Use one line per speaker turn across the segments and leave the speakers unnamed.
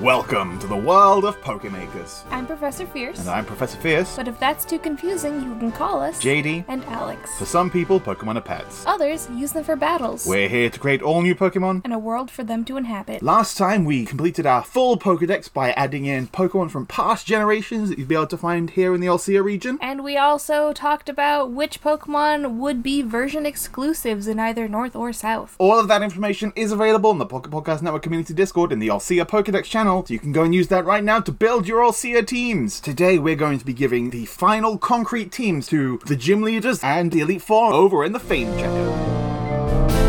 Welcome to the world of Pokemakers.
I'm Professor Fierce.
And I'm Professor Fierce.
But if that's too confusing, you can call us
JD.
and Alex.
For some people, Pokemon are pets.
Others use them for battles
We're here to create all new Pokemon.
and a world for them to inhabit.
Last time we completed our full Pokedex by adding in Pokemon from past generations that you'd be able to find here in the Alsea region.
And we also talked about which Pokemon would be version exclusives in either North or South.
All of that information is available on the Pocket Podcast Network Community Discord in the Alsea Pokedex channel, so you can go and use that right now to build your Alsea teams. Today we're going to be giving the final concrete teams to the gym leaders and the Elite Four over in the Fame Checker.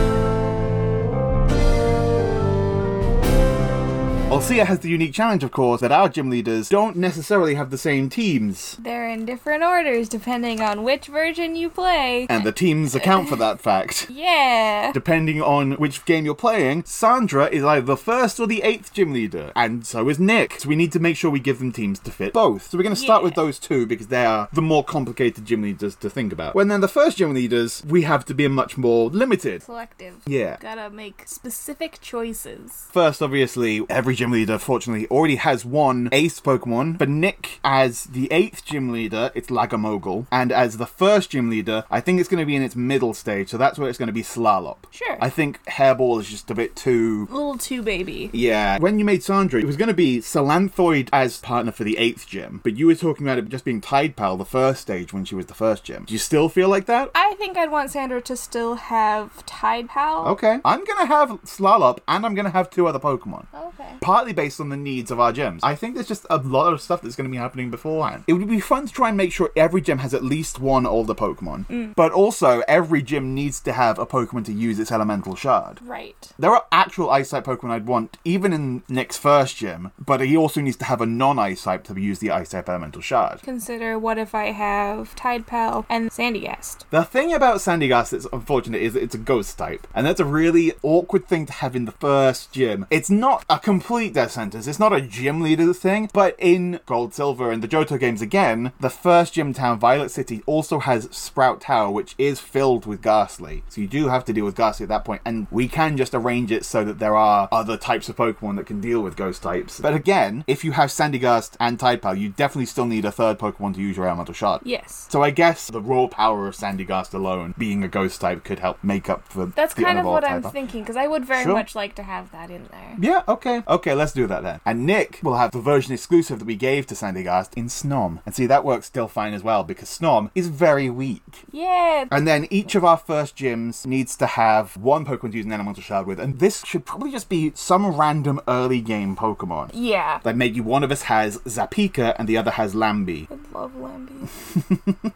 Alsea has the unique challenge, of course, that our gym leaders don't necessarily have the same teams.
They're in different orders depending on which version you play.
And the teams account for that fact.
Yeah.
Depending on which game you're playing, Sandra is either the first or the eighth gym leader, and so is Nick. So we need to make sure we give them teams to fit both. So we're going to start
Yeah.
with those two because they are the more complicated gym leaders to think about. When they're the first gym leaders, we have to be much more limited.
Selective.
Yeah.
Gotta make specific choices.
First, obviously, every gym leader, fortunately, already has one ace Pokemon. For Nick, as the eighth gym leader, it's Lagamogle. And as the first gym leader, I think it's going to be in its middle stage, so that's where it's going to be Slalop.
Sure.
I think Hairball is just a bit too.
Little too baby.
Yeah. When you made Sandra, it was going to be Salanthoid as partner for the eighth gym, but you were talking about it just being Tide Pal the first stage when she was the first gym. Do you still feel like that?
I think I'd want Sandra to still have Tide Pal.
Okay. I'm going to have Slalop and I'm going to have two other Pokemon.
Okay.
partly based on the needs of our gems. I think there's just a lot of stuff that's going to be happening beforehand. It would be fun to try and make sure every gem has at least one older Pokemon, but also every gem needs to have a Pokemon to use its elemental shard.
Right.
There are actual ice type Pokemon I'd want, even in Nick's first gym, but he also needs to have a non ice type to use the ice type elemental shard.
consider what if I have Tide Pal and Sandygast.
The thing about Sandygast that's unfortunate is that it's a ghost type, and that's a really awkward thing to have in the first gym. It's not a complete death sentence, it's not a gym leader thing, but in Gold, Silver, and the Johto games again, the first gym town, Violet City, also has Sprout Tower, which is filled with Ghastly. So you do have to deal with Ghastly at that point, and we can just arrange it so that there are other types of Pokemon that can deal with ghost types. But again, if you have Sandygast and Tidepal, you definitely still need a third Pokemon to use your elemental shard.
Yes.
So I guess the raw power of Sandygast alone, being a ghost type, could help make up for
That's
the
kind of
unevolved
what
type.
I'm thinking, because I would very
Sure.
much like to have that in there.
Yeah, okay. Okay, let's do that then. And Nick will have the version exclusive that we gave to Sandygast in Snom. And see, that works still fine as well because Snom is very weak.
Yeah.
And then each of our first gyms needs to have one Pokemon to use an elemental shard with. And this should probably just be some random early game Pokemon.
Yeah.
Like maybe one of us has Zapika and the other has Lambie.
I love Lambie.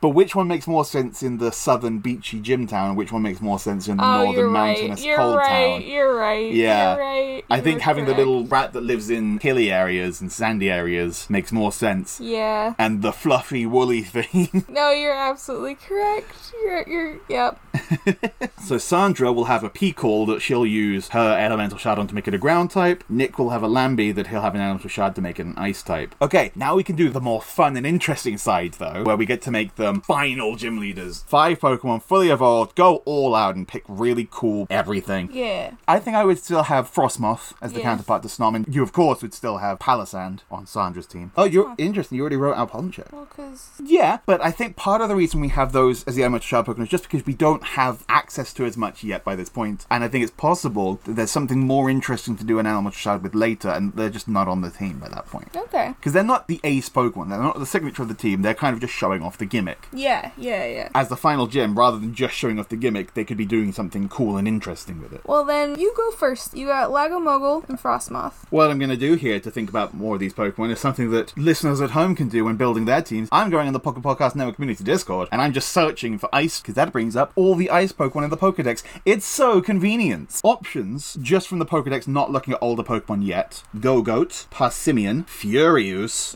But which one makes more sense in the southern beachy gym town? and Which one makes more sense in the
Oh, you're
northern
right.
mountainous
You're
cold
right.
town?
You're right.
Yeah.
You're right.
I think
You're
having the
correct.
little rat that lives in hilly areas and sandy areas makes more sense.
Yeah.
And the fluffy, woolly thing.
No, you're absolutely correct. You're. You're. Yep.
so Sandra will have a Peacock that she'll use her elemental shard on to make it a ground type. Nick will have a Lambie that he'll have an elemental shard to make it an ice type. Okay, now we can do the more fun and interesting side though, where we get to make them final gym leaders. Five Pokemon fully evolved, go all out and pick really cool everything.
Yeah.
I think I would still have Frostmoth as the
Yes.
counterpart to Snom, and you, of course, would still have Palisand on Sandra's team. Oh, you're interesting. You already wrote out Palantir.
Well, because.
Yeah, but I think part of the reason we have those as the elemental shard Pokemon is just because we don't have access to as much yet by this point, and I think it's possible that there's something more interesting to do an elemental shard with later, and they're just not on the team by that point.
Okay.
Because they're not the ace Pokemon, they're not the signature of the team, they're kind of just showing off the gimmick.
Yeah. Yeah. Yeah.
As the final gym, rather than just showing off the gimmick, they could be doing something cool and interesting with it.
Well, then you go first. You got Lagomogul and Frostmoth.
What I'm going to do here to think about more of these Pokemon is something that listeners at home can do when building their teams. I'm going on the Pocket Podcast Network Community Discord and I'm just searching for ice because that brings up all the ice Pokemon in the Pokedex. It's so convenient. Options just from the Pokedex, not looking at older Pokemon yet. Go-Goat, Parsimmon, Furious,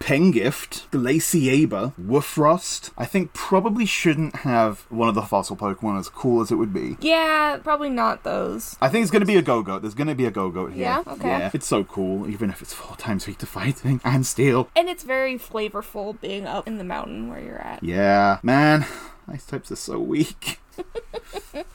Pengift, Glaciaber, Woofrost. I think probably shouldn't have one of the fossil Pokemon as cool as it would be.
Yeah, probably not those.
I think it's going to be a go goat. There's going to be a go goat here.
Yeah? Okay.
It's so cool, even if it's four times weak to fighting and steel.
And it's very flavorful being up in the mountain where you're at.
Yeah, man. Ice types are so weak.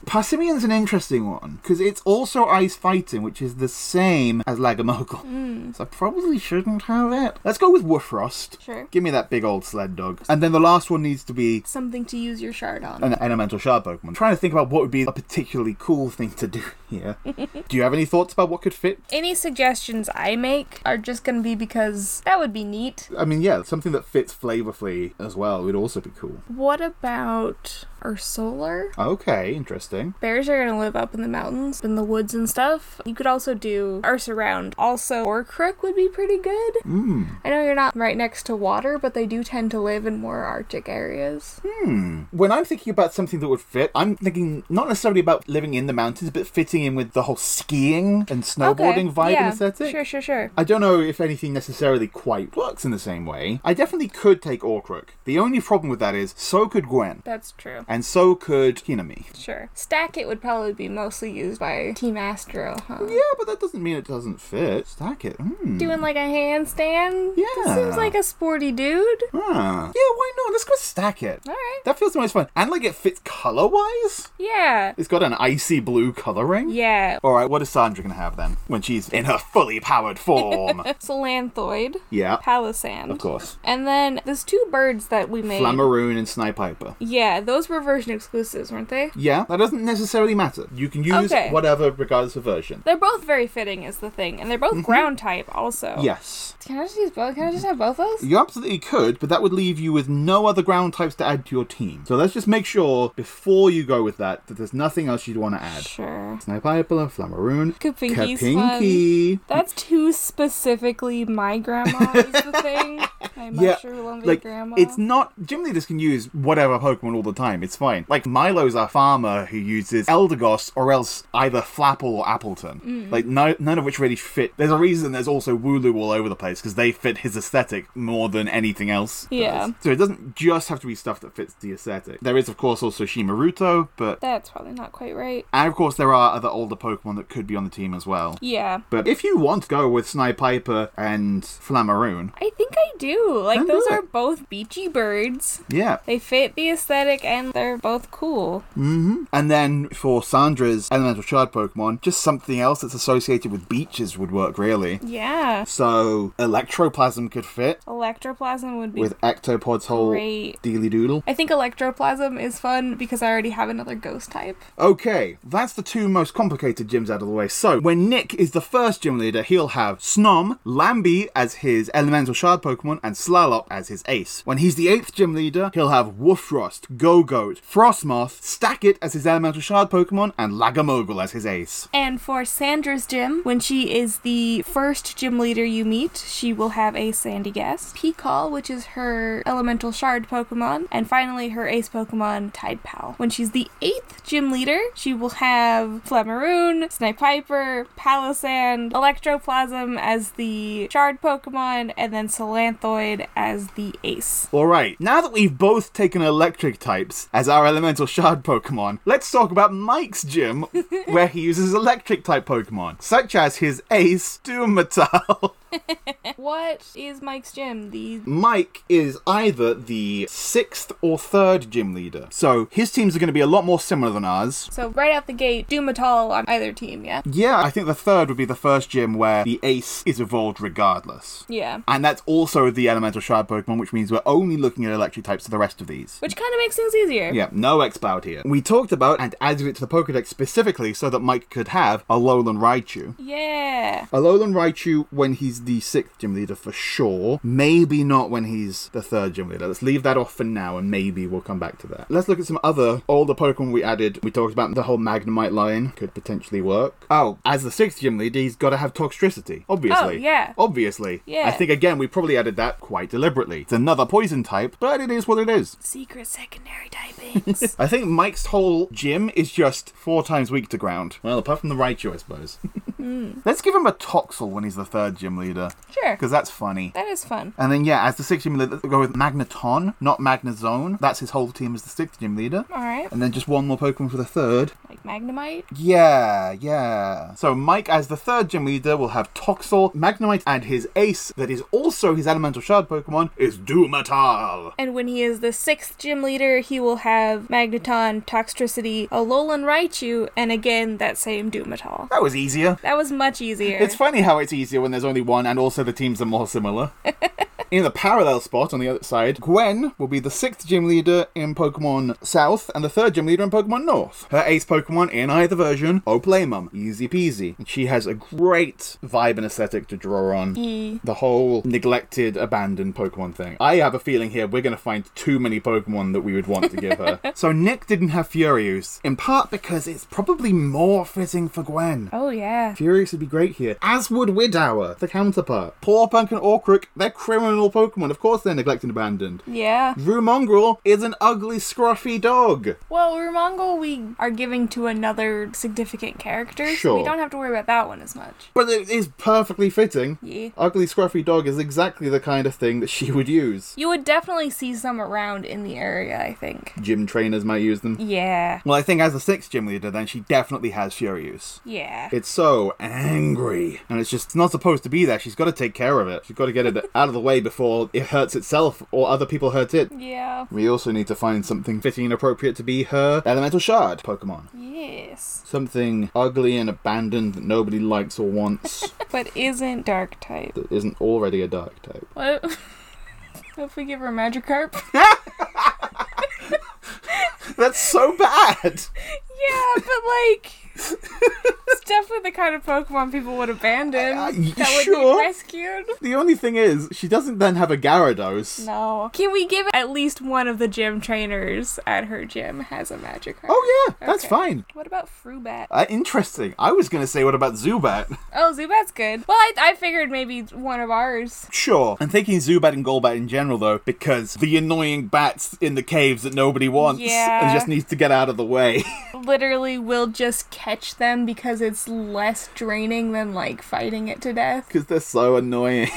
Parsimion's an interesting one because it's also ice fighting, which is the same as Lagamogle.
Hmm.
So I probably shouldn't have it. Let's go with Woofrost.
Sure.
Give me that big old sled dog. And then the last one needs to be
Something to use your shard on.
an elemental shard Pokemon. trying to think about what would be a particularly cool thing to do here. do you have any thoughts about what could fit?
Any suggestions I make are just gonna be because that would be neat.
I mean, yeah, something that fits flavorfully as well would also be cool.
What about our solar?
Okay, interesting.
Bears are gonna live up in the mountains, in the woods and stuff. You could also do our surround. Also, Orcrook would be pretty good.
Hmm.
I know you're not right next to water, but they do tend to live in more arctic areas.
When I'm thinking about something that would fit, I'm thinking not necessarily about living in the mountains, but fitting in with the whole skiing and snowboarding vibe
yeah.
and aesthetic.
Sure, sure, sure.
I don't know if anything necessarily quite works in the same way. I definitely could take Orcrook. The only problem with that is, so could Gwen.
That's true.
And so could Hinami.
Sure. Stack it would probably be mostly used by Team Astro, huh?
Yeah, but that doesn't mean it doesn't fit. Stack it. Hmm.
Doing like a handstand?
Yeah.
That seems like a sporty dude.
Ah. Yeah, why not? Let's go stack it.
Alright.
That feels the most fun. And like it fits color wise.
Yeah.
It's got an icy blue coloring.
Yeah.
All right, what is Sandra going to have then when she's in her fully powered form?
Solanthoid.
yeah,
Palisand.
Ah. of course.
And then there's two birds that we made.
Flammaroon and Snipiper.
Yeah, those were version exclusives, weren't they?
Yeah, that doesn't necessarily matter. You can use
Okay.
whatever regardless of version.
They're both very fitting, is the thing, and they're both
Mm-hmm.
ground type also.
Yes.
Can I just use both? Can I just have both those?
You absolutely could, but that would leave you with no other ground types to add to your team. So let's just make sure before you go with that that there's nothing else you'd want to add.
Sure.
Snipiper, Flammaroon,
Kapinki's fun.
Kapinki.
That's too specifically my grandma is the thing. My
Yeah,
mushroom
like
grandma.
it's not gym leaders can use whatever Pokemon all the time. It's fine. Like Milo's a farmer who uses Eldegoss or else either Flapple or Appleton.
Mm.
Like no, none of which really fit. There's a reason there's also Wooloo all over the place because they fit his aesthetic more than anything else. does.
Yeah.
So it doesn't just have to be stuff that fits the aesthetic. There is of course also Shimaruto, but
That's probably not quite right.
and of course there are other older Pokemon that could be on the team as well.
Yeah.
But if you want to go with Snipiper and Flammaroon,
I think I do. Like
Then do
those
it.
are both beachy birds.
yeah,
They fit the aesthetic and they're both cool.
And then for Sandra's elemental shard Pokemon, just something else that's associated with beaches would work really.
Yeah.
So Electroplasm could fit
Electroplasm would be
with Ectopod's whole
Great.
dealy doodle.
I think electroplasm is fun because I already have another ghost type.
Okay, that's the two most complicated gyms out of the way. So when Nick is the first gym leader, he'll have Snom, Lambie as his elemental shard Pokemon, and Slalop as his ace. When he's the eighth gym leader, he'll have Woofrost, Go-Goat, Frostmoth, Stackit as his elemental shard Pokemon, and Lagamogle as his ace.
And for Sandra's gym, when she is the first gym leader you meet, she will have a Sandy Gas, Peacall, which is her elemental shard Pokemon, and finally her ace Pokemon, Tide Pal. When she's the eighth gym leader, she will have Flammaroon, Snipiper, Palisand, Electroplasm as the shard Pokemon, and then Solanthoid as the ace.
All right, now that we've both taken electric types as our elemental shard Pokemon, let's talk about Mike's gym, where he uses electric type Pokemon, such as his ace, Doommetal.
What is Mike's gym? The
Mike is either the sixth or third gym leader, so his teams are going to be a lot more similar than ours.
So right out the gate, Dumatol on either team, yeah?
Yeah, I think the third would be the first gym where the ace is evolved regardless.
Yeah.
And that's also the elemental shard Pokemon, which means we're only looking at electric types for the rest of these.
Which kind of makes things easier.
Yeah, no X-Cloud here. We talked about and added it to the Pokedex specifically so that Mike could have a Alolan Raichu.
Yeah.
Alolan Raichu when he's the sixth gym leader for sure. Maybe not when he's the third gym leader. Let's leave that off for now and maybe we'll come back to that. Let's look at some other older Pokemon we added. We talked about the whole Magnemite line. Could potentially work. Oh, as the sixth gym leader, he's got to have Toxtricity. Obviously.
Oh, yeah.
Obviously.
Yeah.
I think again, we probably added that quite deliberately. It's another poison type, but it is what it is.
Secret secondary typings.
I think Mike's whole gym is just four times weak to ground. Well, apart from the Raichu, I suppose. Let's give him a Toxel when he's the third gym leader,
Sure.
because that's funny.
That is fun.
And then, yeah, as the sixth gym leader, go with Magneton, not Magnezone. That's his whole team as the sixth gym leader.
All right.
And then just one more Pokemon for the third.
Like Magnemite.
Yeah, yeah. So Mike, as the third gym leader, will have Toxel, Magnemite, and his ace, that is also his elemental shard Pokemon, is Doomatal.
And when he is the sixth gym leader, he will have Magneton, Toxtricity, Alolan Raichu, and again that same Doomatol.
That was easier.
That was much easier.
It's funny how it's easier when there's only one, and also the teams are more similar. in the parallel spot on the other side, Gwen will be the sixth gym leader in Pokemon South and the third gym leader in Pokemon North. Her ace Pokemon in either version, Oplaymum, easy peasy. And she has a great vibe and aesthetic to draw on.
Ye-
The whole neglected, abandoned Pokemon thing. I have a feeling here we're going to find too many Pokemon that we would want to give her. so Nick didn't have Furious, in part because it's probably more fitting for Gwen.
Oh yeah.
Furious would be great here, as would Widower, the counterpart. Punk and Orcric, they're criminal Pokemon. Of course they're neglected and abandoned.
Yeah.
Rumongrel is an ugly, scruffy dog.
Well, Rumongo we are giving to another significant character, so we
Sure.
don't have to worry about that one as much.
But it is perfectly fitting.
Yeah.
Ugly, scruffy dog is exactly the kind of thing that she would use.
You would definitely see some around in the area, I think.
Gym trainers might use them.
Yeah.
Well, I think as a sixth gym leader, then she definitely has Furious.
Yeah.
It's so angry, and it's just not supposed to be there. She's got to take care of it. She's got to get it out of the way before it hurts itself or other people hurt it.
yeah.
We also need to find something fitting and appropriate to be her elemental shard Pokemon.
Yes.
Something ugly and abandoned that nobody likes or wants
But isn't dark type.
that isn't already a dark type.
What if we give her Magikarp?
That's so bad!
yeah, but like it's definitely the kind of Pokemon people would abandon.
Uh, y-
that would
sure.
be rescued.
The only thing is, she doesn't then have a Gyarados.
No. Can we give at least one of the gym trainers at her gym has a Magikarp?
Oh, yeah, that's
Okay.
fine.
What about Frubat?
Uh, interesting. I was gonna say, what about Zubat?
Oh, Zubat's good. Well, I, I figured maybe one of ours.
Sure. I'm thinking Zubat and Golbat in general, though, because the annoying bats in the caves that nobody wants
Yeah.
and just needs to get out of the way.
Literally, will just catch them because it's less draining than like fighting it to death.
Because they're so annoying.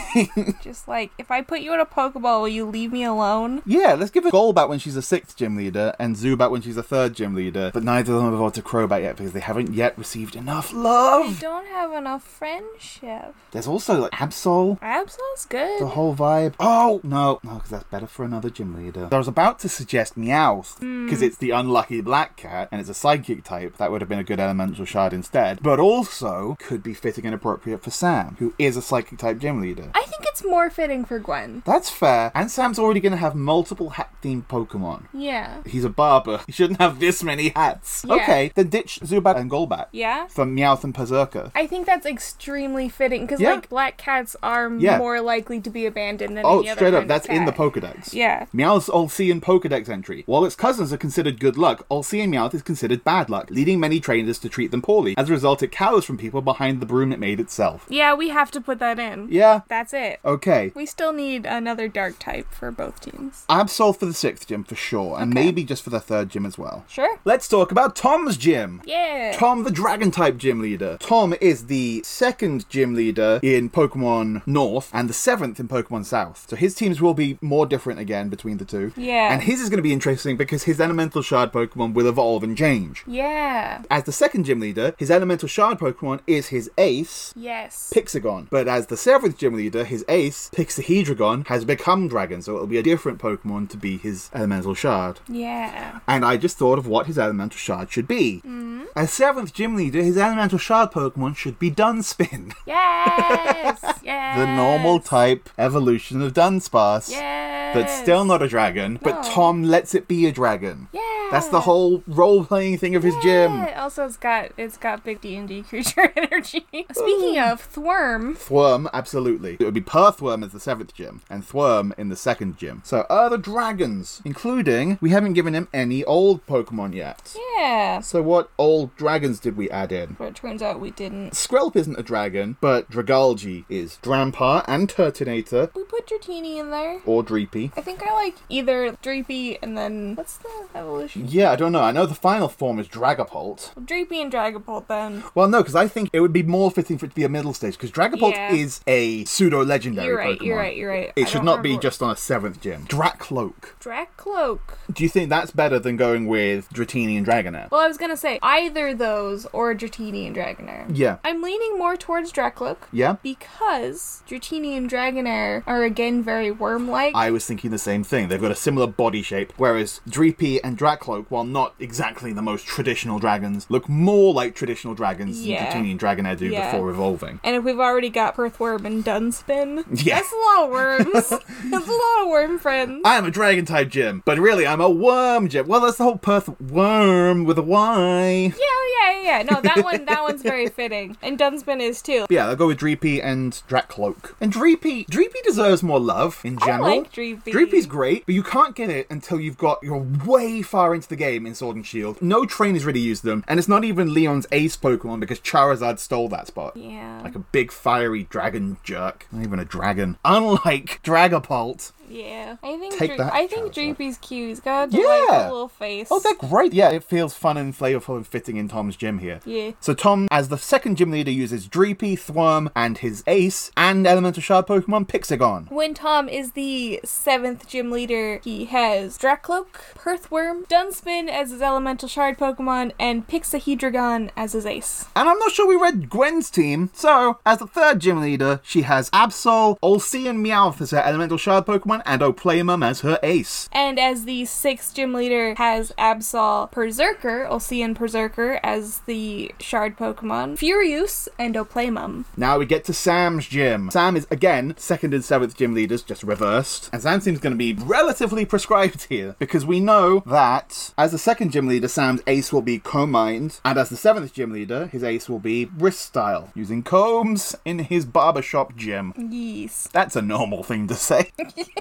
Just like if I put you in a Pokeball, will you leave me alone?
Yeah, let's give it Golbat when she's a sixth gym leader and Zubat when she's a third gym leader, but neither of them have evolved to Crobat yet because they haven't yet received enough
I
love.
don't have enough friendship.
There's also like Absol,
Absol's
the
good.
whole vibe. Oh no, no, because that's better for another gym leader. I was about to suggest Meowth because it's the unlucky black cat and it's a psychic type. That would have been a good elemental shard instead, but also could be fitting and appropriate for Sam, who is a psychic type gym leader.
I think it's more fitting for Gwen.
That's fair, and Sam's already going to have multiple hat themed Pokemon.
Yeah.
He's a barber. He shouldn't have this many hats.
Yeah.
Okay, then ditch Zubat and Golbat
Yeah.
for Meowth and Berserker.
I think that's extremely fitting because
Yeah.
like black cats are
Yeah.
more likely to be abandoned than
Oh,
any other
straight up,
kind of
that's in the
cat.
Pokedex.
Yeah.
Meowth's Olsean Pokedex entry. While its cousins are considered good luck, Olsean Meowth is considered bad luck, leading many trainers to treat them poorly. As a result, it cowers from people behind the broom it made itself.
Yeah, we have to put that in.
Yeah,
That's it.
okay.
We still need another dark type for both teams.
Absol for the sixth gym for sure, and maybe just for the third gym as well.
Sure.
Let's talk about Tom's gym.
Yeah.
Tom, the dragon type gym leader. Tom is the second gym leader in Pokemon North and the seventh in Pokemon South. So his teams will be more different again between the two.
Yeah.
And his is going to be interesting because his elemental shard Pokemon will evolve and change.
yeah.
As the second gym leader, his elemental shard Pokemon is his ace.
Yes.
Pixagon, but as the seventh gym leader, his ace, Pixahedragon, has become dragon, so it'll be a different Pokemon to be his elemental shard
yeah.
and I just thought of what his elemental shard should be.
Mm.
As seventh gym leader, his elemental shard Pokemon should be Dunspin,
Yes. yes.
the normal type evolution of Dunsparce.
Yes.
That's still not a dragon, but
No.
Tom lets it be a dragon.
Yeah.
That's the whole role playing thing of his gym.
Yeah. Also, it's got it's got big D and D creature energy. Speaking of Thwurm,
Thwurm, absolutely. It would be Perthworm as the seventh gym, and Thwurm in the second gym. So, other dragons, including we haven't given him any old Pokemon yet.
yeah.
So, what old dragons did we add in?
But it turns out we didn't.
Skrelp isn't a dragon, but Dragalge is. Drampa and Turtonator
We put Dratini in there.
or Dreepy Dreepy.
I think I like either Dreepy and then what's the evolution?
Yeah, I don't know. I know the final form is Dragapult.
Dreepy and Dragapult then.
Well, no, because I think it would be more fitting for it to be a middle stage, because Dragapult
Yeah.
is a pseudo legendary
You're right,
Pokemon.
you're right, you're right.
It
I
should
don't
not be
remember-
just on a seventh gym. Dracloak.
Dracloak.
Do you think that's better than going with Dratini and Dragonair?
Well, I was gonna say either those or Dratini and Dragonair.
Yeah.
I'm leaning more towards Dracloak
Yeah?
because Dratini and Dragonair are again very worm-like.
I was thinking the same thing. They've got a similar body shape, whereas Dreepy and Dracloak, while not exactly the most traditional dragons, look more like traditional dragons
Yeah.
than Dratini and Dragonair do
Yeah.
before evolving.
and if we've already got Earthworm and Dunspin,
Yeah.
that's a lot of worms. that's a lot of worm friends.
I am a dragon type gym, but really I'm a worm gym. Well, that's the whole Perth worm with a Y.
Yeah, oh, yeah, yeah. yeah. No, that one, that one's very fitting, and Dunspin is too.
Yeah, I'll go with Dreepy and Dracloak. And Dreepy, Dreepy deserves more love in general.
like Dreepy.
Dreepy's great, but you can't get it until you've got you're way far into the game in Sword and Shield. No trainers really use them, and it's not even Leon's ace Pokemon because Charizard stole that spot.
Yeah.
Like a big fiery dragon jerk. Not even a dragon. Unlike Dragapult.
Yeah, I think
Take
Dre-
that,
I think
Charizard.
Dreepy's cute. He's got a
Yeah.
delightful little face.
Oh, they're great. Yeah, it feels fun and flavorful and fitting in Tom's gym here.
Yeah.
So Tom, as the second gym leader, uses Dreepy, Thwom, and his ace and elemental shard Pokemon Pixagon.
When Tom is the seventh gym leader, he has Dracloak, Perthworm, Dunspin as his elemental shard Pokemon, and Pixahedragon as his ace.
And I'm not sure we read Gwen's team. So, as the third gym leader, she has Absol, Olsean Meowth as her elemental shard Pokemon, and Oplamum as her ace.
And as the sixth gym leader has Absol Berserker, Olsean Berserker as the shard Pokemon, Furious, and Oplamum.
Now we get to Sam's gym. Sam is again second and seventh gym leaders, just reversed. And Sam seems going to be relatively prescribed here because we know that as the second gym leader, Sam's ace will be Combined, and as the seventh gym leader, his ace will be Wrist Style, using combs in his barbershop gym.
Yes.
That's a normal thing to say.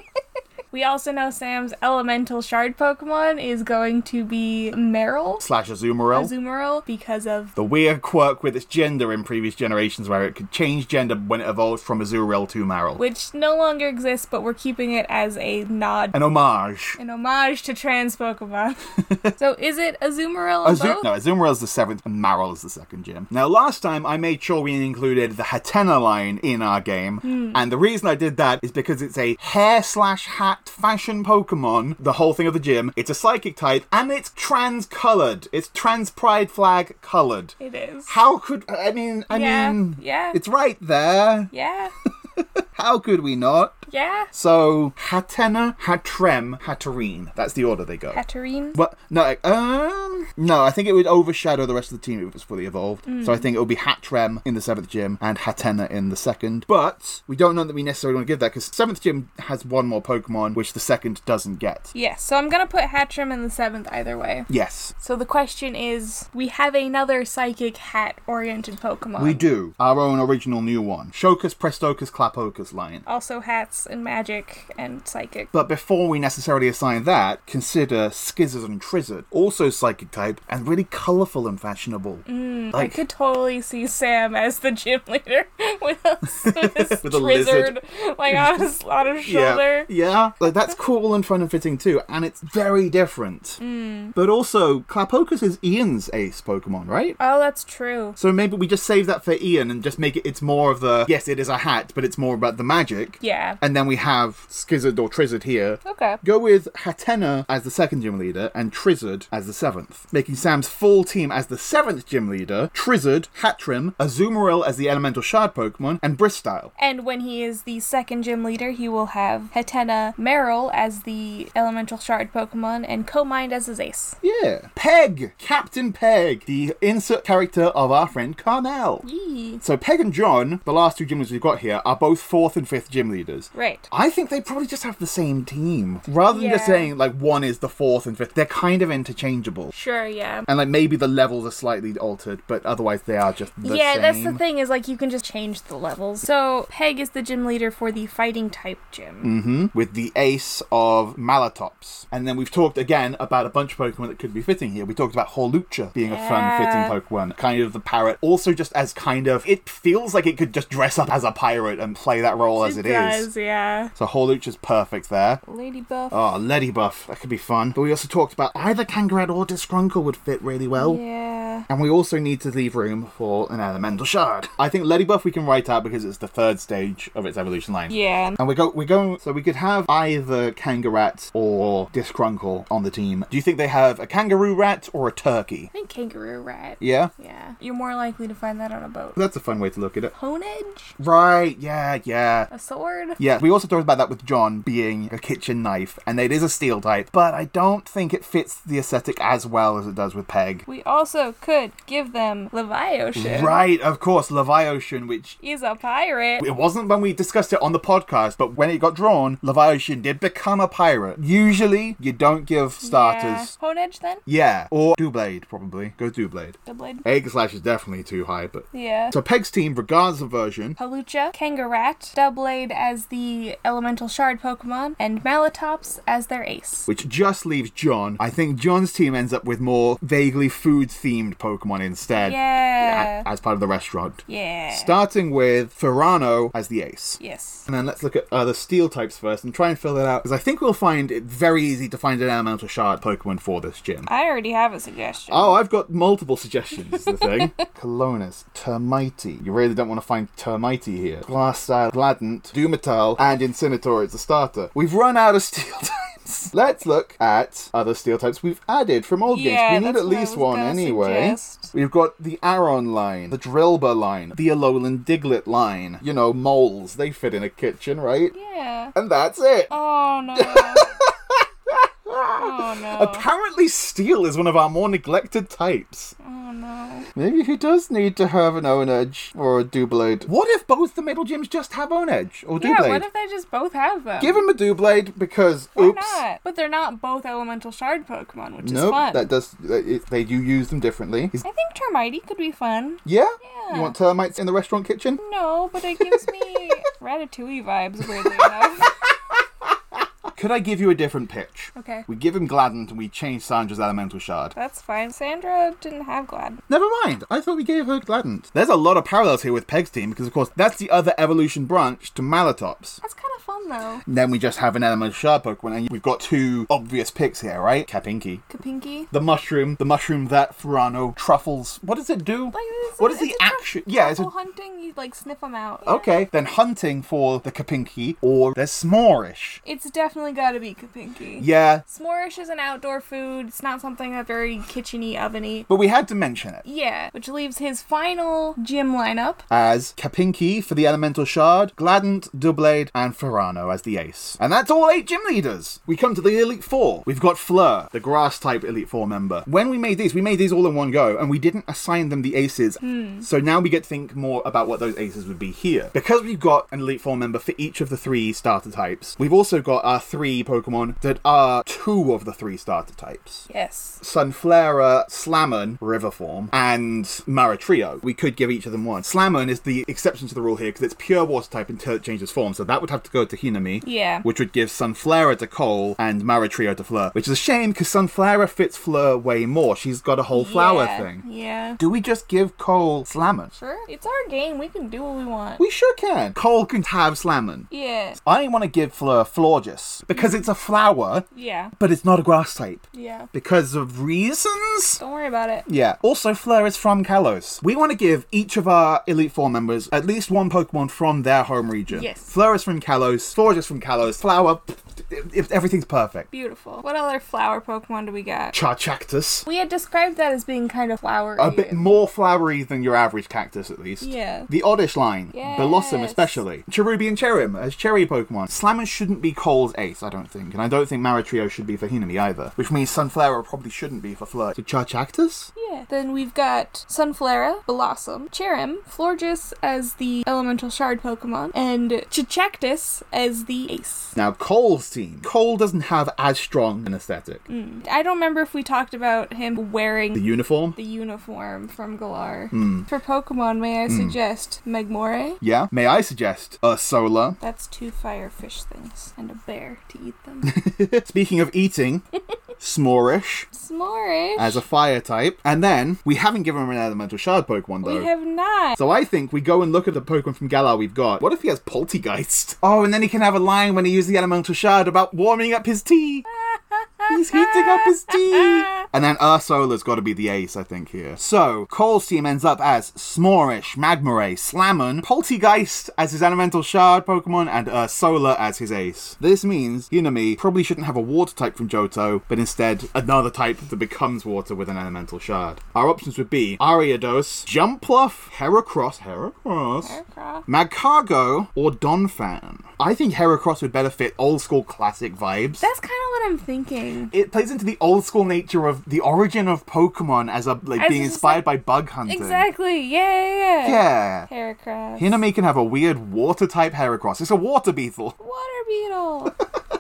We also know Sam's elemental shard Pokemon is going to be Meryl.
Slash Azumarill.
Azumarill because of
the weird quirk with its gender in previous generations where it could change gender when it evolved from Azurill to Maril.
which no longer exists, but we're keeping it as a nod,
An homage.
an homage to trans Pokemon. so is it Azumarill?
Azu-
both?
no, Azumarill is the seventh, and Maril is the second gym. Now, last time I made sure we included the Hatena line in our game,
Hmm.
and the reason I did that is because it's a hair slash hat fashion Pokemon. The whole thing of the gym, it's a psychic type, and it's trans colored. It's trans pride flag colored.
It is.
How could I mean? I
Yeah,
mean,
yeah.
it's right there.
Yeah,
How could we not?
yeah.
So Hatena, Hatrem, Hatterene. That's the order they go.
Hatterene.
Well, no, um, no. I think it would overshadow the rest of the team if it was fully evolved. So
Mm.
I think it would be Hatrem in the seventh gym and Hatena in the second. But we don't know that we necessarily want to give that because seventh gym has one more Pokemon, which the second doesn't get.
Yes, so I'm gonna put Hatrim in the seventh either way.
Yes,
So the question is, we have another psychic hat oriented Pokemon.
we do our own original new one: Shokus, Prestocus, Clapocus line.
Also hats and magic and psychic.
But before we necessarily assign that, consider Skizzard and Trizzard, also psychic type and really colourful and fashionable.
Mm, I could totally see Sam as the gym leader with a, with his
a lizard.
lizard like on his on his shoulder.
Yeah, yeah. Like that's cool and fun and fitting too, and it's very different. But also, Clapocus is Ian's ace Pokemon, right?
Oh, that's true.
So maybe we just save that for Ian and just make it. It's more of the yes, it is a hat, but it's more about the magic.
Yeah.
And then we have Skizzard or Trizzard here.
Okay.
Go with Hatena as the second gym leader and Trizzard as the seventh, making Sam's full team as the seventh gym leader, Trizzard, Hatrim, Azumarill as the elemental shard Pokemon, and Bristyle.
And when he is the second gym leader, he will have Hetena Meryl as the elemental shard Pokemon and Comind as his ace.
Yeah. Peg, Captain Peg, the insert character of our friend Carmel.
Yee.
So Peg and John, the last two gym leaders we've got here, are both fourth and fifth gym leaders.
Right.
I think they probably just have the same team. Rather than just
Yeah.
saying like one is the fourth and fifth, they're kind of interchangeable.
Sure, yeah.
And like maybe the levels are slightly altered, but otherwise they are just the
yeah,
same.
that's the thing is like you can just change the levels. So Peg is the gym leader for the fighting type
Mm,
gym.
with the ace of Malatops. And then we've talked again about a bunch of Pokemon that could be fitting here. We talked about Horlucha being a fun
Yeah.
fitting Pokemon, kind of the parrot. Also, just as kind of, it feels like it could just dress up as a pirate and play that role as
It
it is.
does, yeah.
So Horluch is perfect there.
Lady Buff.
Oh, Letty Buff. That could be fun. But we also talked about either Kangarat or Disgruntle would fit really well.
Yeah.
And we also need to leave room for an elemental shard. I think Letty Buff we can write out because it's the third stage of its evolution line.
Yeah.
And we go, we go. So we could have either Kangarat or Disgruntle on the team. Do you think they have a kangaroo rat or a turkey?
I think kangaroo rat.
Yeah,
Yeah. You're more likely to find that on a boat.
that's a fun way to look at it.
Honedge?
Right? Yeah, yeah.
A sword?
Yeah, we also talked about that with John being a kitchen knife, and it is a steel type, but I don't think it fits the aesthetic as well as it does with Peg.
We also could give them Levioshin.
Right, of course, Levioshin, which
He's a pirate.
it wasn't when we discussed it on the podcast, but when it got drawn, Levioshin did become a pirate. Usually, you don't give starters.
Yeah. Honedge then?
Yeah, or Dewblade, probably. Go Dewblade.
Doublade.
Egg Slash is definitely too high, but.
Yeah.
So Peg's team, regardless of version,
Palucha, Kangarat, Doublade as the elemental shard Pokemon, and Malatops as their ace.
which just leaves John. I think John's team ends up with more vaguely food themed Pokemon instead.
Yeah.
a- As part of the restaurant.
Yeah.
Starting with Ferrano as the ace.
Yes.
And then let's look at other steel types first and try and fill that out because I think we'll find it very easy to find an elemental shard Pokemon for this gym.
I already have a suggestion.
Oh, I've got multiple suggestions, is the thing. Colonus, Termite. You really don't want to find Termite here. Glassile, Gladent, Doometal, and Incineroar as a starter. We've run out of steel types. Let's look at other steel types we've added from old
Yeah,
games. We need
that's
at
what I
least
was
one
gonna
anyway.
suggest.
We've got the Aron line, the Drillbur line, the Alolan Diglett line. You know, moles. They fit in a kitchen, right?
Yeah.
And that's it.
Oh no. oh no.
Apparently, steel is one of our more neglected types.
oh no.
Maybe he does need to have an own edge or a Dewblade. What if both the metal gyms just have own edge or
Yeah,
Dewblade?
what if they just both have them?
Give him a Dewblade because
Why
oops.
not? But they're not both elemental shard Pokemon, which is
Nope,
fun.
that does. that- It, they do use them differently. He's-
I think Termite could be fun.
yeah?
Yeah.
You want termites in the restaurant kitchen?
No, but it gives me Ratatouille vibes, weirdly enough.
Could I give you a different pitch?
Okay.
We give him Gladden and we change Sandra's elemental shard.
That's fine. Sandra didn't have Glad.
Never mind. I thought we gave her Gladden. There's a lot of parallels here with Peg's team because, of course, that's the other evolution branch to Malatops.
That's kind of fun, though.
Then we just have an elemental shard Pokemon, and we've got two obvious picks here, right? Kapinki.
Kapinki.
the mushroom, the mushroom that Ferrano truffles. What does it do?
Like, it's-
what is
it's
the
a truff-
action? Yeah, it's a, Oh.
Truffle hunting, you like sniff them out. yeah.
okay. Then hunting for the kapinki or the s'morish.
It's definitely gotta be Kapinki.
Yeah,
S'morish is an outdoor food. It's not something that's very kitcheny, oveny.
but we had to mention it
Yeah, which leaves his final gym lineup.
as kapinki for the elemental shard, Gladent, Doublade, and Ferrano as the ace. And that's all eight gym leaders. We come to the elite four. We've got Fleur, the grass type elite four member. When we made these, we made these all in one go, and we didn't assign them the aces. So now we get to think more about what those aces would be here. Because we've got an Elite Four member for each of the three starter types, we've also got our three Pokemon that are two of the three starter types.
Yes.
Sunflare, Slammon, River Form, and Maratrio. We could give each of them one. Slammon is the exception to the rule here because it's pure water type until it changes form, so that would have to go to Hinami.
Yeah.
Which would give Sunflare to Cole and Maratrio to Fleur, which is a shame because Sunflare fits Fleur way more. She's got a whole flower
Yeah,
thing.
Yeah.
Do we just give Cole Slammon?
Sure. It's our game. We can do what we want.
We sure can. Cole can have Slammon.
yeah.
I want to give Fleur Florges because it's a flower,
Yeah.
but it's not a grass type.
Yeah.
Because of reasons?
Don't worry about it.
Yeah. Also, Fleur is from Kalos. We want to give each of our Elite Four members at least one Pokemon from their home region.
Yes.
Fleur is from Kalos, Forge is from Kalos, Flower, if everything's perfect.
Beautiful. What other flower Pokemon do we got?
Charchactus.
We had described that as being kind of flowery.
A bit more flowery than your average cactus, at least.
Yeah.
The Oddish line, Blossom
Yes.
especially. Cherubi and Cherim as cherry Pokemon. Slammer shouldn't be Cole's ace, I don't think, and I don't think Maratrio should be for Hinami either, which means Sunflower probably shouldn't be for Fleur. So Charchactus?
Yeah. Then we've got Sunflara, Blossom, Cherim, Florges as the elemental shard Pokemon, and Chichectus as the ace.
Now Cole's team. Cole doesn't have as strong an aesthetic.
I don't remember if we talked about him
The
wearing
uniform?
the uniform from Galar. For Pokemon, may I suggest Megmore?
Yeah. May I suggest Ursola?
That's two firefish things and a bear to eat them.
Speaking of eating, Smoorish
S'morish.
as a fire type. And then we haven't given him an elemental shard Pokemon though.
we have not.
So I think we go and look at the Pokemon from Galar we've got. What if he has Poltergeist? Oh, and then he can have a line when he uses the elemental shard about warming up his tea. He's heating up his tea. And then Ursula's got to be the ace, I think, here. So, Colseum ends up as Smoorish, Magmaray, Slammon, Poltergeist as his elemental shard Pokemon, and Ursula as his ace. This means Unami probably shouldn't have a water type from Johto, but instead another type that becomes water with an elemental shard. Our options would be Ariados, Jumpluff, Heracross, Heracross,
Heracross.
Magcargo, or Donphan. I think Heracross would better fit old school classic vibes
That's kind of what I'm thinking.
it plays into the old school nature of the origin of Pokemon as a like
As
being
just,
inspired
like-
by bug hunting.
Exactly. Yeah, yeah, yeah.
Yeah.
Heracross.
Hinami can have a weird water type Heracross. It's a water beetle.
Water beetle.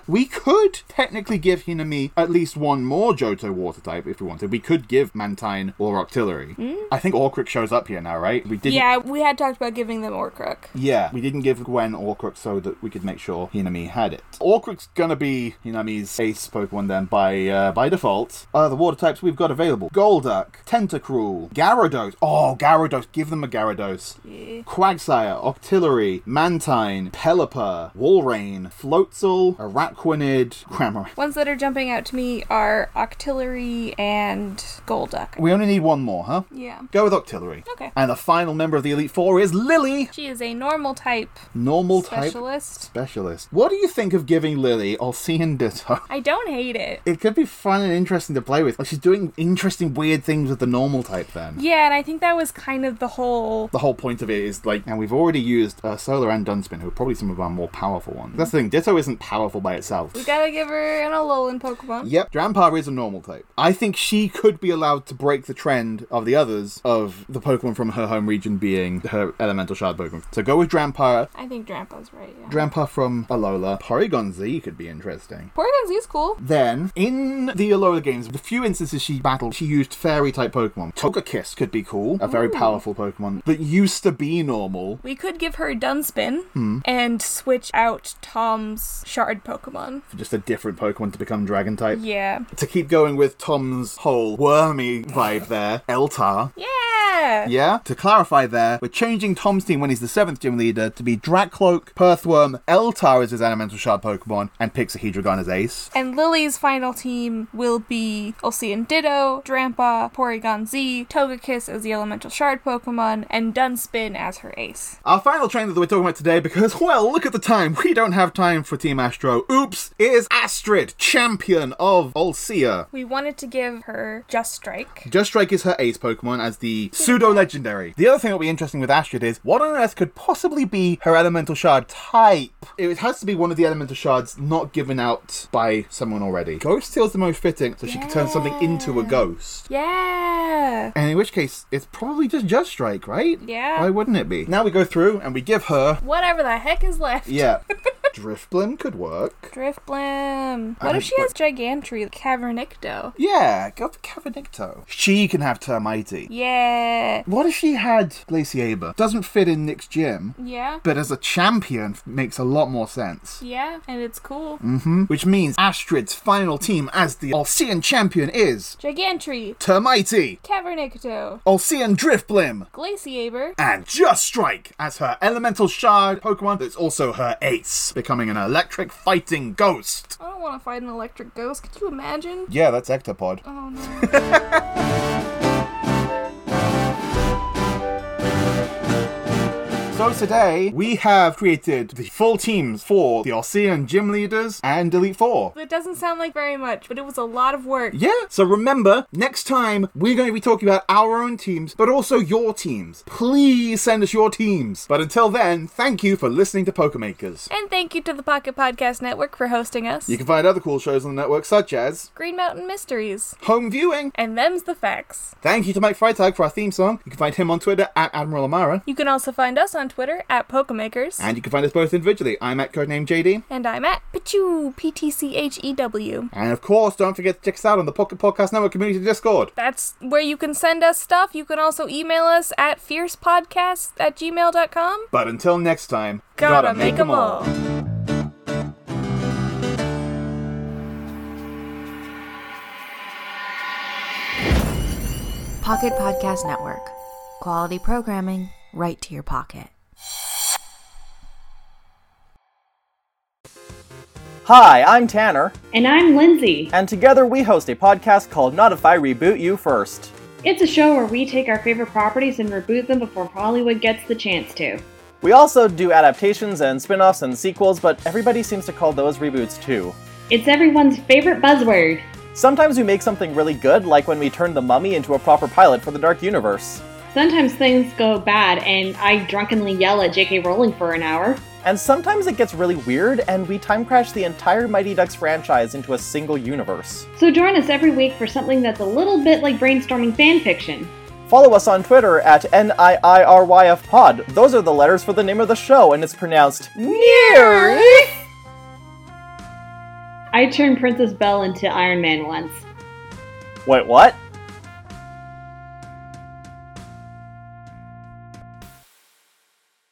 We could technically give Hinami at least one more Johto water type if we wanted. We could give Mantine or Octillery.
Hmm?
I think Orcric shows up here now, right? We didn't.
yeah, we had talked about giving them Orcrook.
Yeah, we didn't give Gwen Orcric so that we could make sure Hinami had it. Orcric's gonna be Hinami's ace Pokemon then by uh, by default. Uh, the water types we've got available: Golduck, Tentacruel, Gyarados. Oh, Gyarados! Give them a Gyarados.
Yeah.
Quagsire, Octillery, Mantine, Pelipper, Walrein, Floatzel, Araquanid, Cramorant.
Ones that are jumping out to me are Octillery and Golduck.
We only need one more, huh?
Yeah.
Go with Octillery.
Okay.
And the final member of the Elite Four is Lily,
She is a normal type
normal type
specialist.
specialist. What do you think of giving Lily Alcyon Ditto?
I don't hate it.
it could be fun and interesting to play with. Like she's doing interesting, weird things with the normal type. Then
Yeah, and I think that was kind of the whole.
the whole point of it is like, and we've already used uh, Solar and Dunspin, who are probably some of our more powerful ones. That's the thing. Ditto isn't powerful by itself.
We gotta give her an Alolan Pokemon.
Yep, Drampa is a normal type. I think she could be allowed to break the trend of the others of the Pokemon from her home region being her elemental shard Pokemon. So go with Drampa.
I think Drampa's right. Yeah.
Drampa from Alola. Porygon Z could be interesting.
Porygon Z is cool.
Then, in the Alola games, the few instances she battled, she used fairy type Pokemon. Togekiss could be cool, a very powerful Pokemon that used to be normal.
We could give her Dunspin
Hmm.
and switch out Tom's Shard Pokemon.
for Just a different Pokemon to become Dragon type.
Yeah.
To keep going with Tom's whole wormy vibe there, Eltar.
Yeah!
Yeah? To clarify there, we're changing Tom's team when he's the seventh gym leader to be Dracloak, Perthworm, Eltar as his elemental shard Pokemon, and Pixahedragon as ace.
And Lily's final team will be Ulcian Ditto, Drampa, Porygon Z, Togekiss as the elemental shard Pokemon, and Dunspin as her ace.
Our final train that we're talking about today, because, well, look at the time. We don't have time for Team Astro. Oops, it is Astrid, champion of Olsea.
We wanted to give her Just Strike.
Just Strike is her ace Pokemon as the pseudo legendary. The other thing that'll be interesting with Astrid is what on earth could possibly be her elemental shard type? It has to be one of the elemental shards not given out by someone already. Ghost Tail's the most fitting, so she can turn something into a ghost.
Yeah!
And in which case, it's probably just Just Strike, right?
Yeah.
Why wouldn't it be? Now we go through and we give her.
Whatever the heck is left.
Yeah. Drifblim could work.
Driftblim. What
I-
if she has Gigantry, Cavernicto?
Yeah, go for Cavanicto. She can have Termite.
Yeah.
What if she had Glaciaber? Doesn't fit in Nick's gym,
Yeah.
but as a champion makes a lot more sense.
Yeah, and it's cool.
Hmm? Which means Astrid's final team as the Alcean champion is
Gigantry,
Termite,
Cavernicto,
Alcean Driftblim,
Glaciaber,
and Just Strike as her elemental shard Pokemon that's also her ace, becoming an electric fighting ghost.
I don't want to fight an electric ghost. Could you imagine?
Yeah, that's Ectopod.
Oh no.
So today we have created the full teams for the Ocean gym leaders and Elite Four.
It doesn't sound like very much, but it was a lot of work.
Yeah. So remember, next time we're going to be talking about our own teams, but also your teams. Please send us your teams. But until then, thank you for listening to Pokemakers.
And thank you to the Pocket Podcast Network for hosting us.
You can find other cool shows on the network, such as
Green Mountain Mysteries.
Home Viewing.
And them's the facts.
Thank you to Mike Freitag for our theme song. You can find him on Twitter at Admiral Amara.
You can also find us on Twitter at Pokemakers.
And you can find us both individually. I'm at Codename JD.
And I'm at Pichu, P T C H E W.
And of course, don't forget to check us out on the Pocket Podcast Network Community Discord.
That's where you can send us stuff. You can also email us at fiercepodcast at gmail.com.
But until next time,
Gotta, 'em make 'em all.
Pocket Podcast Network. Quality programming right to your pocket.
Hi, I'm Tanner,
And I'm Lindsay.
and together we host a podcast called Not If I Reboot You First.
It's a show where we take our favorite properties and reboot them before Hollywood gets the chance to.
We also do adaptations and spin offs and sequels, but everybody seems to call those reboots too.
It's everyone's favorite buzzword.
Sometimes we make something really good, like when we turned the mummy into a proper pilot for the Dark Universe.
Sometimes things go bad, and I drunkenly yell at J.K. Rowling for an hour.
And sometimes it gets really weird, and we time crash the entire Mighty Ducks franchise into a single universe.
So join us every week for something that's a little bit like brainstorming fan fiction.
Follow us on Twitter at NIIRYF Pod. Those are the letters for the name of the show, and it's pronounced Near.
I turned Princess Belle into Iron Man once.
Wait, what?